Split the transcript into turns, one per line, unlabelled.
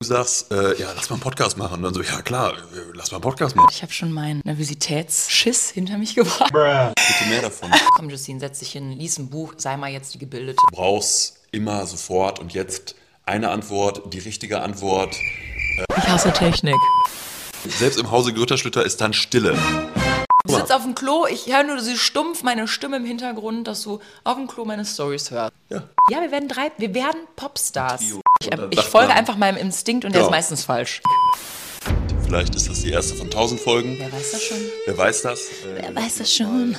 sagst, äh, ja, lass mal einen Podcast machen. Und dann so, ja klar, äh, lass mal einen Podcast machen.
Ich habe schon meinen Nervositätsschiss hinter mich gebracht.
Bitte mehr davon.
Komm, Justine, setz dich hin, lies ein Buch, sei mal jetzt die Gebildete.
Du brauchst immer sofort und jetzt eine Antwort, die richtige Antwort.
Ich hasse Technik.
Selbst im Hause Grütterschlütter ist dann Stille.
Du sitzt auf dem Klo, ich höre nur so stumpf meine Stimme im Hintergrund, dass du auf dem Klo meine Stories hörst.
Ja.
Ja, wir werden drei, wir werden Popstars.
Trio.
Ich,
Und
äh,
dann
ich
sagt
folge
man-
einfach meinem Instinkt und der
Genau.
ist meistens falsch.
Vielleicht ist das die erste von tausend Folgen.
Wer weiß das schon?
Wer weiß das? Äh,
Wer weiß das schon?